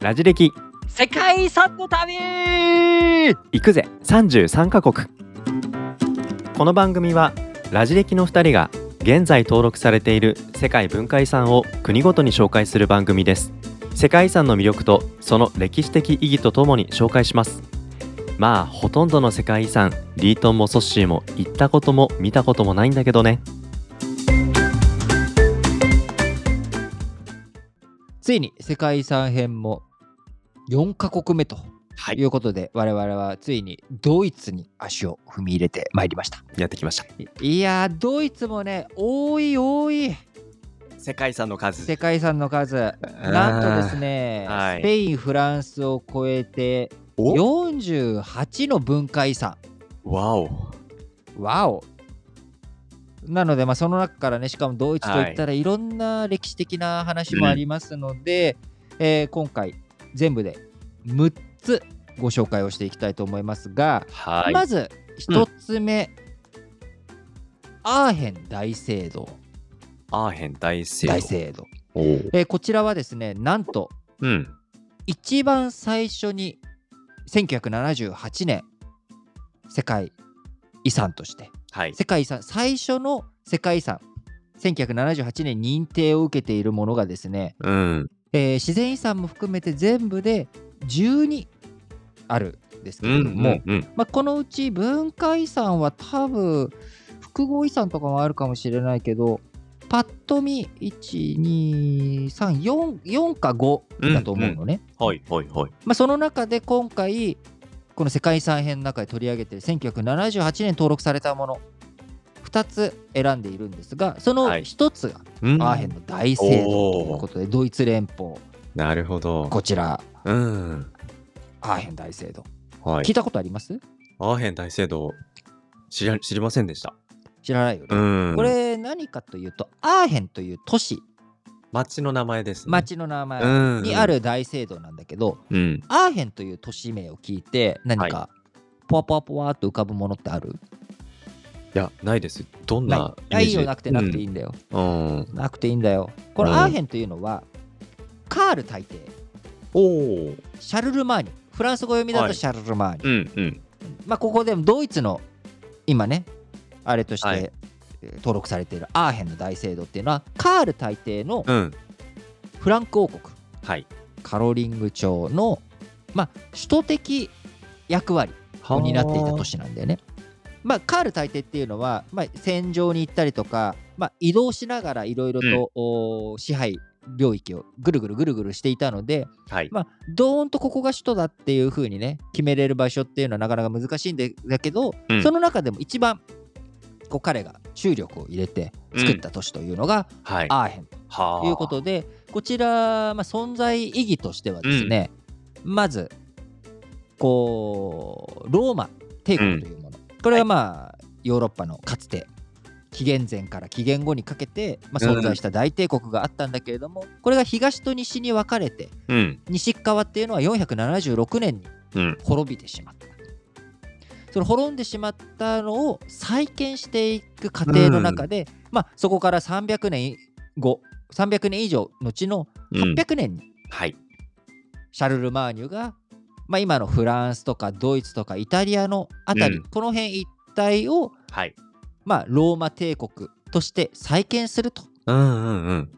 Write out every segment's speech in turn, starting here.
ラジ歴世界遺産の旅行くぜ33カ国この番組はラジ歴の2人が現在登録されている世界文化遺産を国ごとに紹介する番組です世界遺産の魅力とその歴史的意義とともに紹介しますまあほとんどの世界遺産リートンもソッシーも行ったことも見たこともないんだけどねついに世界遺産編も4カ国目とはいいうことで、我々はついにドイツに足を踏み入れてまいりましたやってきましたいいやードイツもね多い多い世界遺産の数世界遺産の数なんとですね、はいスペインフランスを超えてお48の文化遺産わおわおなので、まあ、その中からねしかもドイツといったらいろんな歴史的な話もありますので、えー今回全部で6つご紹介をしていきたいと思いますが、はいまず1つ目、アーヘン大聖堂アーヘン大聖大聖堂、おうえーこちらはですねなんとうん一番最初に1978年世界遺産としてはい世界遺産最初の世界遺産1978年認定を受けているものがですね、うんえー自然遺産も含めて全部で12あるんですけうんれども、うんうんまあ、このうち文化遺産は多分複合遺産とかもあるかもしれないけどパッと見12344か5だと思うのね。はいはいはいまあ、その中で今回この世界遺産編の中で取り上げている1978年登録されたもの2つ選んでいるんですがそのはい1つがうんアーヘンの大聖堂ということでドイツ連邦なるほどこちらうんアーヘン大聖堂はい聞いたことありますアーヘン大聖堂知ら知りませんでした知らないよねうんこれ何かというとアーヘンという都市町の名前ですね町の名前うんにある大聖堂なんだけどうんアーヘンという都市名を聞いて何かポワポワポワっと浮かぶものってあるいやないですどんなないあいいよなくてなくていいいんだようんなくていいんだよ。これ、うんアーヘンというのは、カール大帝、おおーシャルルマーニ、フランス語読みだはといシャルルマーニ。うんうんまあ、ここでもドイツの今ね、あれとして、はいえー登録されているアーヘンの大聖堂っていうのは、カール大帝のうんフランク王国、はいカロリング朝の、まあ、首都的役割を担っていた都市なんだよね。まあ、カール大帝っていうのは、まあ、戦場に行ったりとか、まあ、移動しながらいろいろと、おー支配領域をぐるぐるぐるぐるしていたので、はいまあ、どーんとここが首都だっていう風にね決めれる場所っていうのはなかなか難しいんでだけど、うんその中でも一番こう彼が注力を入れて作った都市というのがはいアーヘンはということで、こちら、まあ、存在意義としてはですね、まずこうローマ帝国というもの、これはまあ、ヨーロッパのかつて紀元前から紀元後にかけて、まあ、うん存在した大帝国があったんだけれども、これが東と西に分かれてうん西側っていうのは476年にうん滅びてしまった。その滅んでしまったのを再建していく過程の中で、まあ、そこから300年後300年以上後のうん800年にはいシャルル・マーニュが、まあ、今のフランスとかドイツとかイタリアのあたり、うんこの辺一帯を、はいまあ、ローマ帝国として再建するとうんうんうん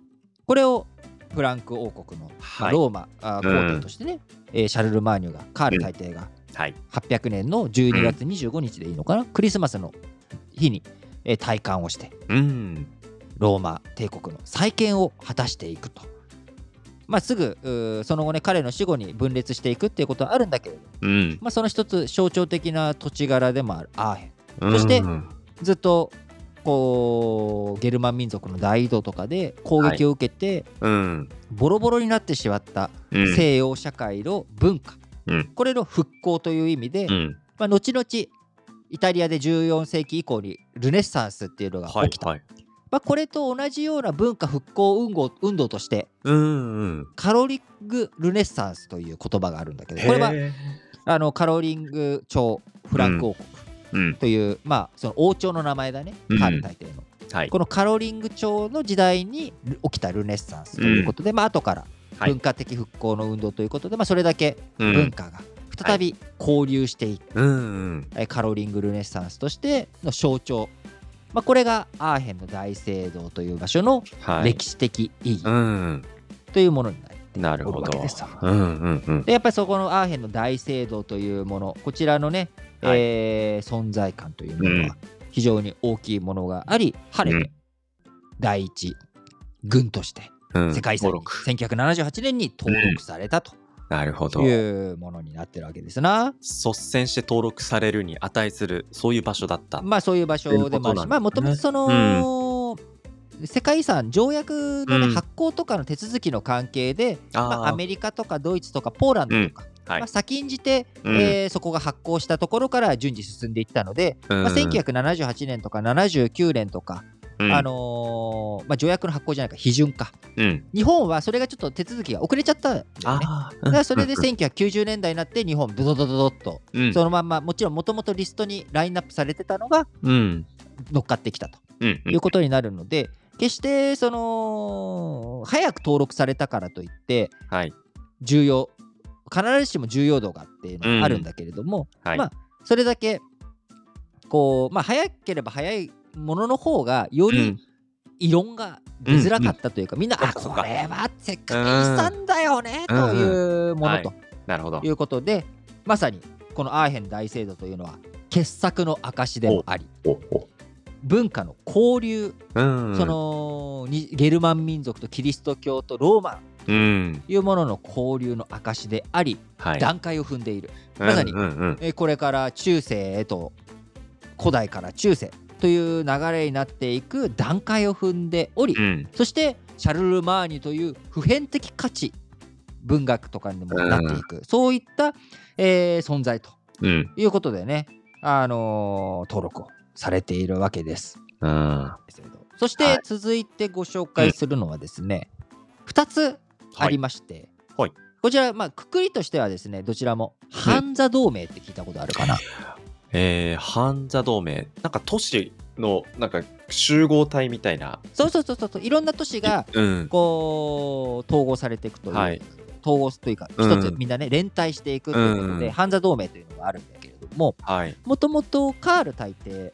これをフランク王国の、まあはいローマ、あうん皇帝としてね、えーシャルル・マーニュがカール大帝がはい800年の12月25日でいいのかな、クリスマスの日に、えー戴冠をしてうんローマ帝国の再建を果たしていくと。まあ、すぐうーその後ね彼の死後に分裂していくっていうことはあるんだけれど、うんまあ、その一つ象徴的な土地柄でもあるアーヘンそしてうんずっとこうゲルマン民族の大移動とかで攻撃を受けてうんボロボロになってしまったうん西洋社会の文化、うんこれの復興という意味で、うんまあ、後々イタリアで14世紀以降にルネッサンスっていうのがはい起きた、はいまあ、これと同じような文化復興運動運動としてうんうんカロリング・ルネッサンスという言葉があるんだけどこれはへーあのカロリング朝フランク王国うんという、まあその王朝の名前だねうんカール大帝の、はいこのカロリング朝の時代に起きたルネッサンスということで、まあ後からはい文化的復興の運動ということで、まあ、それだけうん文化が再び交流していっうんうんえーカロリングルネッサンスとしての象徴、まあ、これがアーヘンの大聖堂という場所のはい歴史的意義うんというものになる。なるほおるわけどですわうんうんうんでやっぱりそこのアーヘンの大聖堂というものこちらのね、はいえー存在感というものうんは非常に大きいものがあり晴れて第一軍としてうん世界遺産に登録1978年に登録されたとなるほどいうものになってるわけですな。率先して登録されるに値するそういう場所だったまあそういう場所でもあるっていうことなんですし、ねまあもともとその、世界遺産条約のね、うん発行とかの手続きの関係で、あーまあ、アメリカとかドイツとかポーランドとか、はいまあ、先んじて、うんえーそこが発行したところから順次進んでいったので、うんまあ、1978年とか79年とか、うんあのーまあ、条約の発行じゃないか批准かうん日本はそれがちょっと手続きが遅れちゃったんだよね。あーだからそれで1990年代になって日本ドドドドドっとうんそのまんまもちろんもともとリストにラインナップされてたのがうん乗っかってきたとうんいうことになるので、決してその早く登録されたからといってはい重要必ずしも重要度がっていうのうんはあるんだけれども、はいまあそれだけこう、まあ、早ければ早いものの方がようんり異論が出づらかったというか、みんな、そっあかそっこかれは世界遺産だよねというもはのいとなるほどいうことで、まさにこのアーヘン大聖堂というのは傑作の証でもありおお文化の交流うんそのにゲルマン民族とキリスト教とローマうんというものの交流の証であり、はい段階を踏んでいる、まさにうんうんうんえーこれから中世へと古代から中世という流れになっていく段階を踏んでおり、うんそしてシャルル・マーニュという普遍的価値文学とかにもなっていく、そういった、えー存在とうんいうことでね、あのー登録をされているわけです。うんそしはいて続いてご紹介するのはですね、2つありまして、はいはいこちら、まあ、くくりとしてはですね、どちらも、ハンザ同盟って聞いたことあるかな。えー、ハンザ同盟なんか都市のなんか集合体みたいなそうそうそうそう、いろんな都市がうんこう統合されていくという、はい統合というか、うん一つみんなね、連帯していくということで、うんハンザ同盟というのがあるんだけれども、はいもともとカール大帝、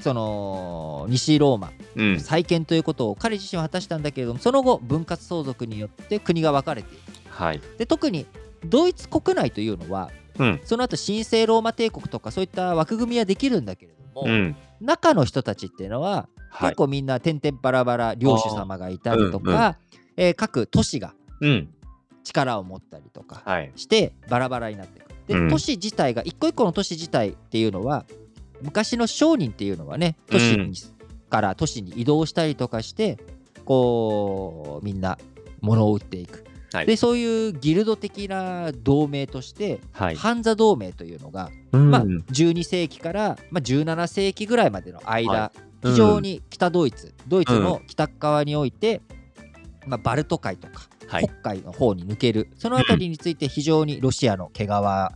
その西ローマうん再建ということを彼自身は果たしたんだけれどもその後分割相続によって国が分かれていくはいで特にドイツ国内というのは、うんその後神聖ローマ帝国とかそういった枠組みはできるんだけれども、うん中の人たちっていうのは、はい結構みんな点々バラバラ領主様がいたりとか、えー各都市がうん力を持ったりとかはいしてバラバラになっていくで、うん都市自体が一個一個の都市自体っていうのは昔の商人っていうのはね都市に、うんから都市に移動したりとかしてこうみんな物を売っていく、はいでそういうギルド的な同盟として、はいハンザ同盟というのが、ままあ、12世紀から、まあ、17世紀ぐらいまでの間、は非常に北ドイツ、ドイツの北側において、まあ、バルト海とかはい北海の方に抜ける、その辺りについて非常にロシアの毛皮とか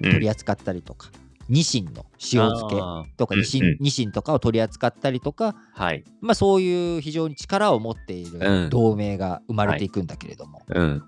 うん取り扱ったりとか、ニシンの塩漬けあーとかニシン、うんうんニシンとかを取り扱ったりとか、はいまあ、そういう非常に力を持っていうんる同盟が生まれていくんだけれども、うん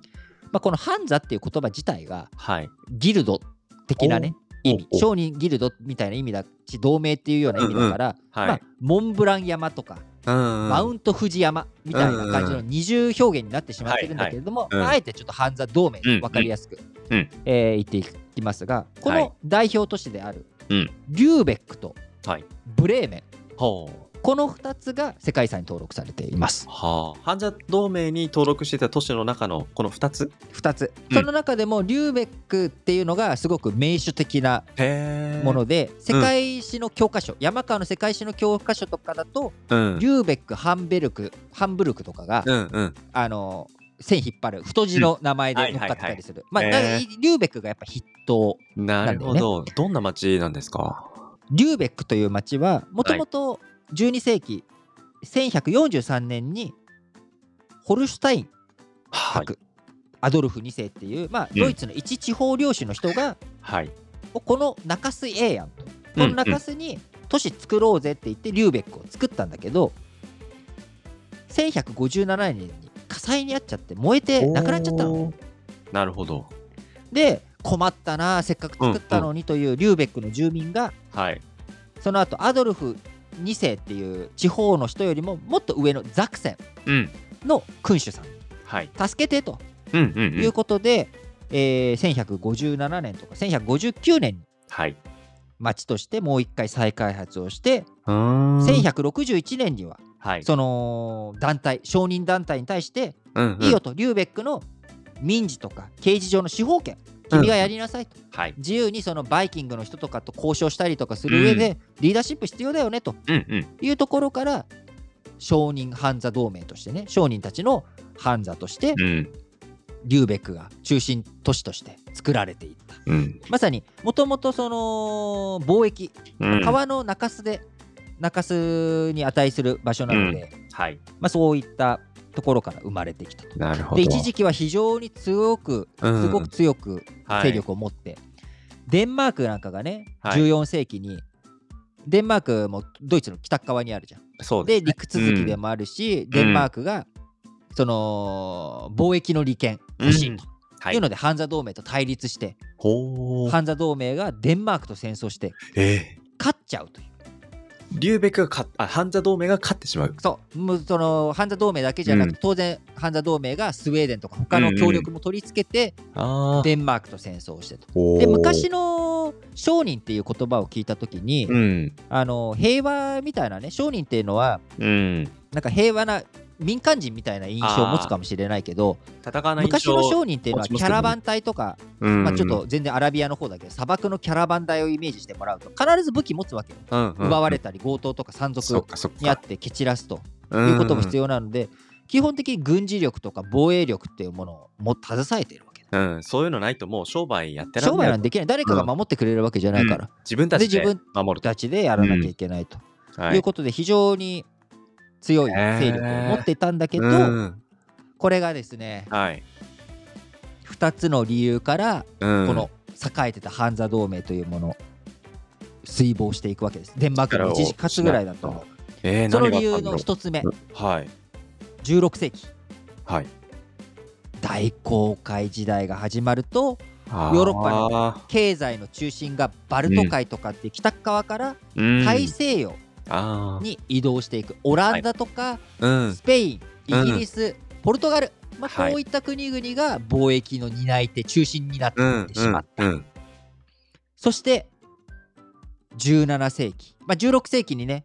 まあ、このハンザっていう言葉自体がはいギルド的なね意味おうおう商人ギルドみたいな意味だし同盟っていうような意味だから、はいまあ、モンブラン山とかママウント富士山みたいな感じうんうんの二重表現になってしまってるんだけれども、はいはいうんまああえてちょっと半座同盟うん分かりやすく、うんえー言っていきますがこはいの代表都市である、うんリューベックとはいブレーメンほうこの2つが世界遺産に登録されていますはあ、ハンザ同盟に登録してた都市の中のこの2つ2つうんその中でもリューベックっていうのがすごく名手的なへもので世界史の教科書、山川の世界史の教科書とかだと、うんリューベックハンベルクハンブルクとかが、うんうんあの線引っ張る太字の名前で乗っかってたりする、んはいはいはいまあ、だへリューベックがやっぱ筆頭なるほど、どんな町なんですかリューベックという町はもともと12世紀1143年にホルシュタインはい伯、アドルフ2世っていう、まあ、うんドイツの一地方領主の人が、はいおこの中州ええやんとこうんの中州に都市作ろうぜって言ってリューベックを作ったんだけど1157年に火災にあっちゃって燃えてなくなっちゃったの。おーなるほどで困ったなあせっかく作ったのにというリューベックの住民がはいその後アドルフ2世っていう地方の人よりももっと上のザクセンうんの君主さんはい助けてとうんうんいうことで、えー1157年とか1159年にはい町としてもう一回再開発をして、 1100 1161年にははいその団体承認団体に対して、うんうんいいよとリューベックの民事とか刑事上の司法権君がやりなさいと、はい自由にそのバイキングの人とかと交渉したりとかする上で、リーダーシップ必要だよねとうんうんいうところから商人犯座同盟としてね商人たちの犯座としてうんリューベックが中心都市として作られていったうんまさにもともとその貿易うん川の中州で中州に値する場所なので、はいまあ、そういったところから生まれてきたと。なるほでど一時期は非常に強くうんすごく強くはい勢力を持って、デンマークなんかがねはい14世紀に、デンマークもドイツの北側にあるじゃん。そうでね陸続きでもあるし、デンマークがその貿易の利権欲しいとはいいうので、ハンザ同盟と対立してほーハンザ同盟がデンマークと戦争してえ勝っちゃうというーリューベックが勝っあハンザ同盟が勝ってしまうそうもうそのハンザ同盟だけじゃなくて、う当然ハンザ同盟がスウェーデンとか他の協力も取り付けて、あデンマークと戦争をしてと。ーで昔の商人っていう言葉を聞いた時に、うんあの平和みたいなね商人っていうのはうんなんか平和な民間人みたいな印象を持つかもしれないけど戦わない昔の商人っていうのは持ちまキすけどねャラバン隊とか、うんまあ、ちょっと全然アラビアの方だけど砂漠のキャラバン隊をイメージしてもらうと必ず武器持つわけようんうん奪われたり強盗とか山そっ賊かそっにあっかて蹴散らすとということも必要要なので基本的に軍事力とか防衛力っていうものをも携えているわけだうんそういうのないともう商売やってらん商ない売なんてできない誰かが守ってくれるわけじゃないから自分たちでで自守るたちでやらなきゃいけないととはいいうことで非常に強い勢力を持っていたんだけど、うんこれがですねはい2つの理由からここの栄えてたハンザ同盟というものを水没していくわけですデンマークの一時勝つぐらいだと思えーうその何があったんだろ理由うの1つ目はい16世紀はい大航海時代が始まるとヨーロッパの経済の中心がバルト海とかっていう北側からの大西洋あーに移動していくオランダとかうんスペインうんイギリスポルトガル、まあ、はいこういった国々が貿易の担い手中心になっていってしまった、うんそして17世紀、まあ、16世紀にね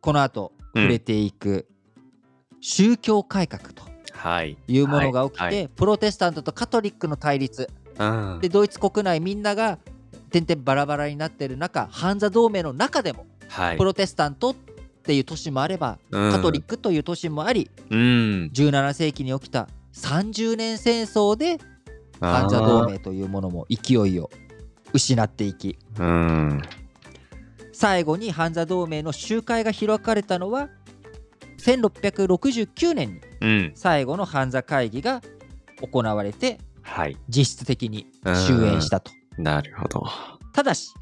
この後うん触れていく宗教改革とはいいうものが起きて、はいはプロテスタントとカトリックの対立うんでドイツ国内みんなが点々バラバラになってる中ハンザ同盟の中でもはいプロテスタントっていう都市もあれば、うんカトリックという都市もありうん17世紀に起きた30年戦争でハンザ同盟というものも勢いを失っていきあーうん最後にハンザ同盟の集会が開かれたのは1669年にうん最後のハンザ会議が行われてはい実質的に終焉したと。なるほどただし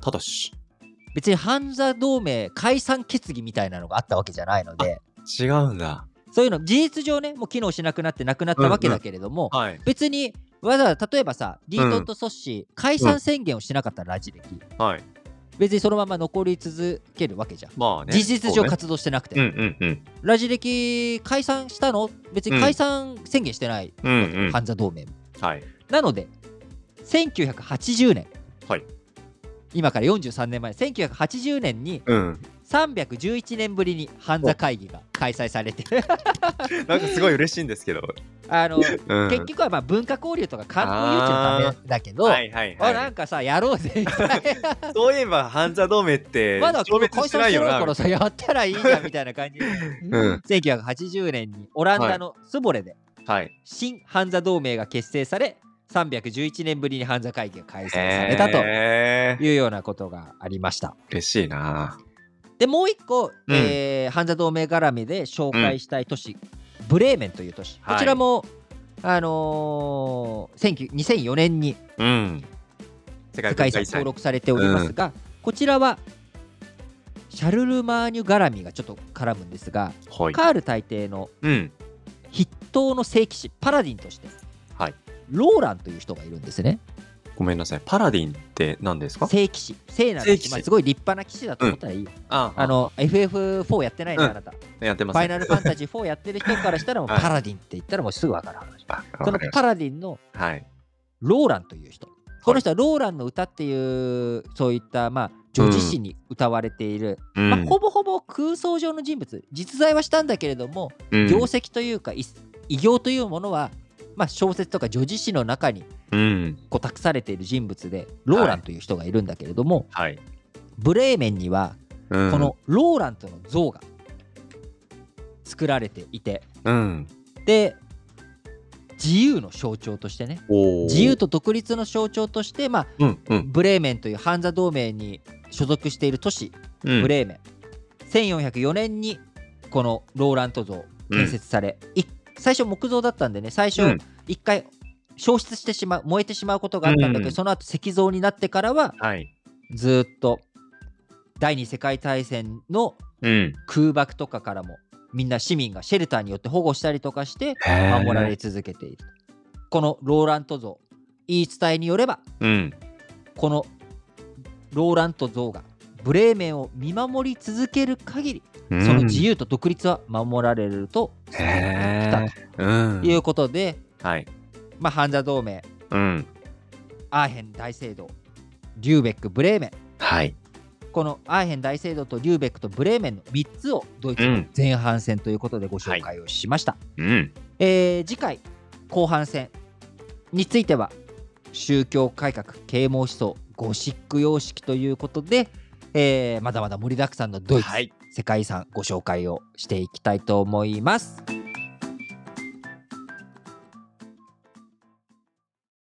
ただし別にハンザ同盟解散決議みたいなのがあったわけじゃないので違うんだそういうの事実上ねもう機能しなくなってなくなったわけだけれども、はい別にわざわざ例えばさリートンとソッシー、解散宣言をしなかったラジ歴、はい別にそのまま残り続けるわけじゃん、まあね事実上勝活動してなくて、うんうんうんラジ歴解散したの別に解散宣言してない、うんうんハンザ同盟もはいなので1980年、はい今から43年前1980年にうん311年ぶりにハンザ会議が開催され てなんかすごい嬉しいんですけどあの、うん 結局はまあ文化交流とか観光誘致のためだけど、はいはいあはないんかさやろうぜみたいなそういえばハンザ同盟ってまだ消この滅解して散ないしよろなうからさやったらいいじゃんみたいな感 じで、ん1980年にオランダのスボレではい新ハンザ同盟が結成され311年ぶりにハンザ会議が開催されたとえーいうようなことがありました。嬉しいなでもう一個、えーハンザ同盟絡みで紹介したい都市、ブレーメンという都市、はいこちらも、あのー、19 2004年にうん世界世界文遺産化遺登産録されておりますが、こちらはシャルルマーニュ絡みがちょっと絡むんですが、はいカール大帝のうん筆頭の聖騎士パラディンとして、はいローランという人がいるんですねごめんなさい。パラディンって何ですか聖騎士聖なる聖騎騎士、士まあ、すごい立派な騎士だと思ったらいいよ、ああの FF4 やってないの、うんあなたフやってます。ァイナルファンタジー4やってる人からしたらもうはいパラディンって言ったらもうすぐ分かる話あそわかりのましパラディンのたはい。ローランという人この人はローランの歌っていうそういったまあ女子詩に歌われている、うんまあ、ほぼほぼ空想上の人物実在はしたんだけれども、うん業績というかい偉業というものは、まあ、小説とか女子誌の中にうん。こう託されている人物でローランという人がいるんだけれども、はい。ブレーメンにはここ、のローランとの像が作られていてうん。で自由の象徴としてねおー自由と独立の象徴として、まあ、うんうんブレーメンというハンザ同盟に所属している都市うん。ブレーメン、1404年にこのローラント像建設され、い最初木造だったんでね最う初ん一回消失してしまう燃えてしまうことがあったんだけうど、んその後石像になってからははい。ずーっと第二次世界大戦のうん。空爆とかからもみんな市民がシェルターによって保護したりとかしてへー守られ続けている、このローラント像言い伝えによればうん。このローラント像がブレーメンを見守り続ける限りうんその自。由と独立は守られるとへ伝えてきうんたということで、はい。まあ、ハンザ同盟うん。アーヘン大聖堂リューベックブレーメンはい。このアーヘン大聖堂とリューベックとブレーメンの3つをドイツの前半戦ということでご紹介をしました、うん。えー次回後半戦については宗教改革啓蒙思想ゴシック様式ということで、えーまだまだ盛りだくさんのドイツ、はい世界遺産ご紹介をしていきたいと思います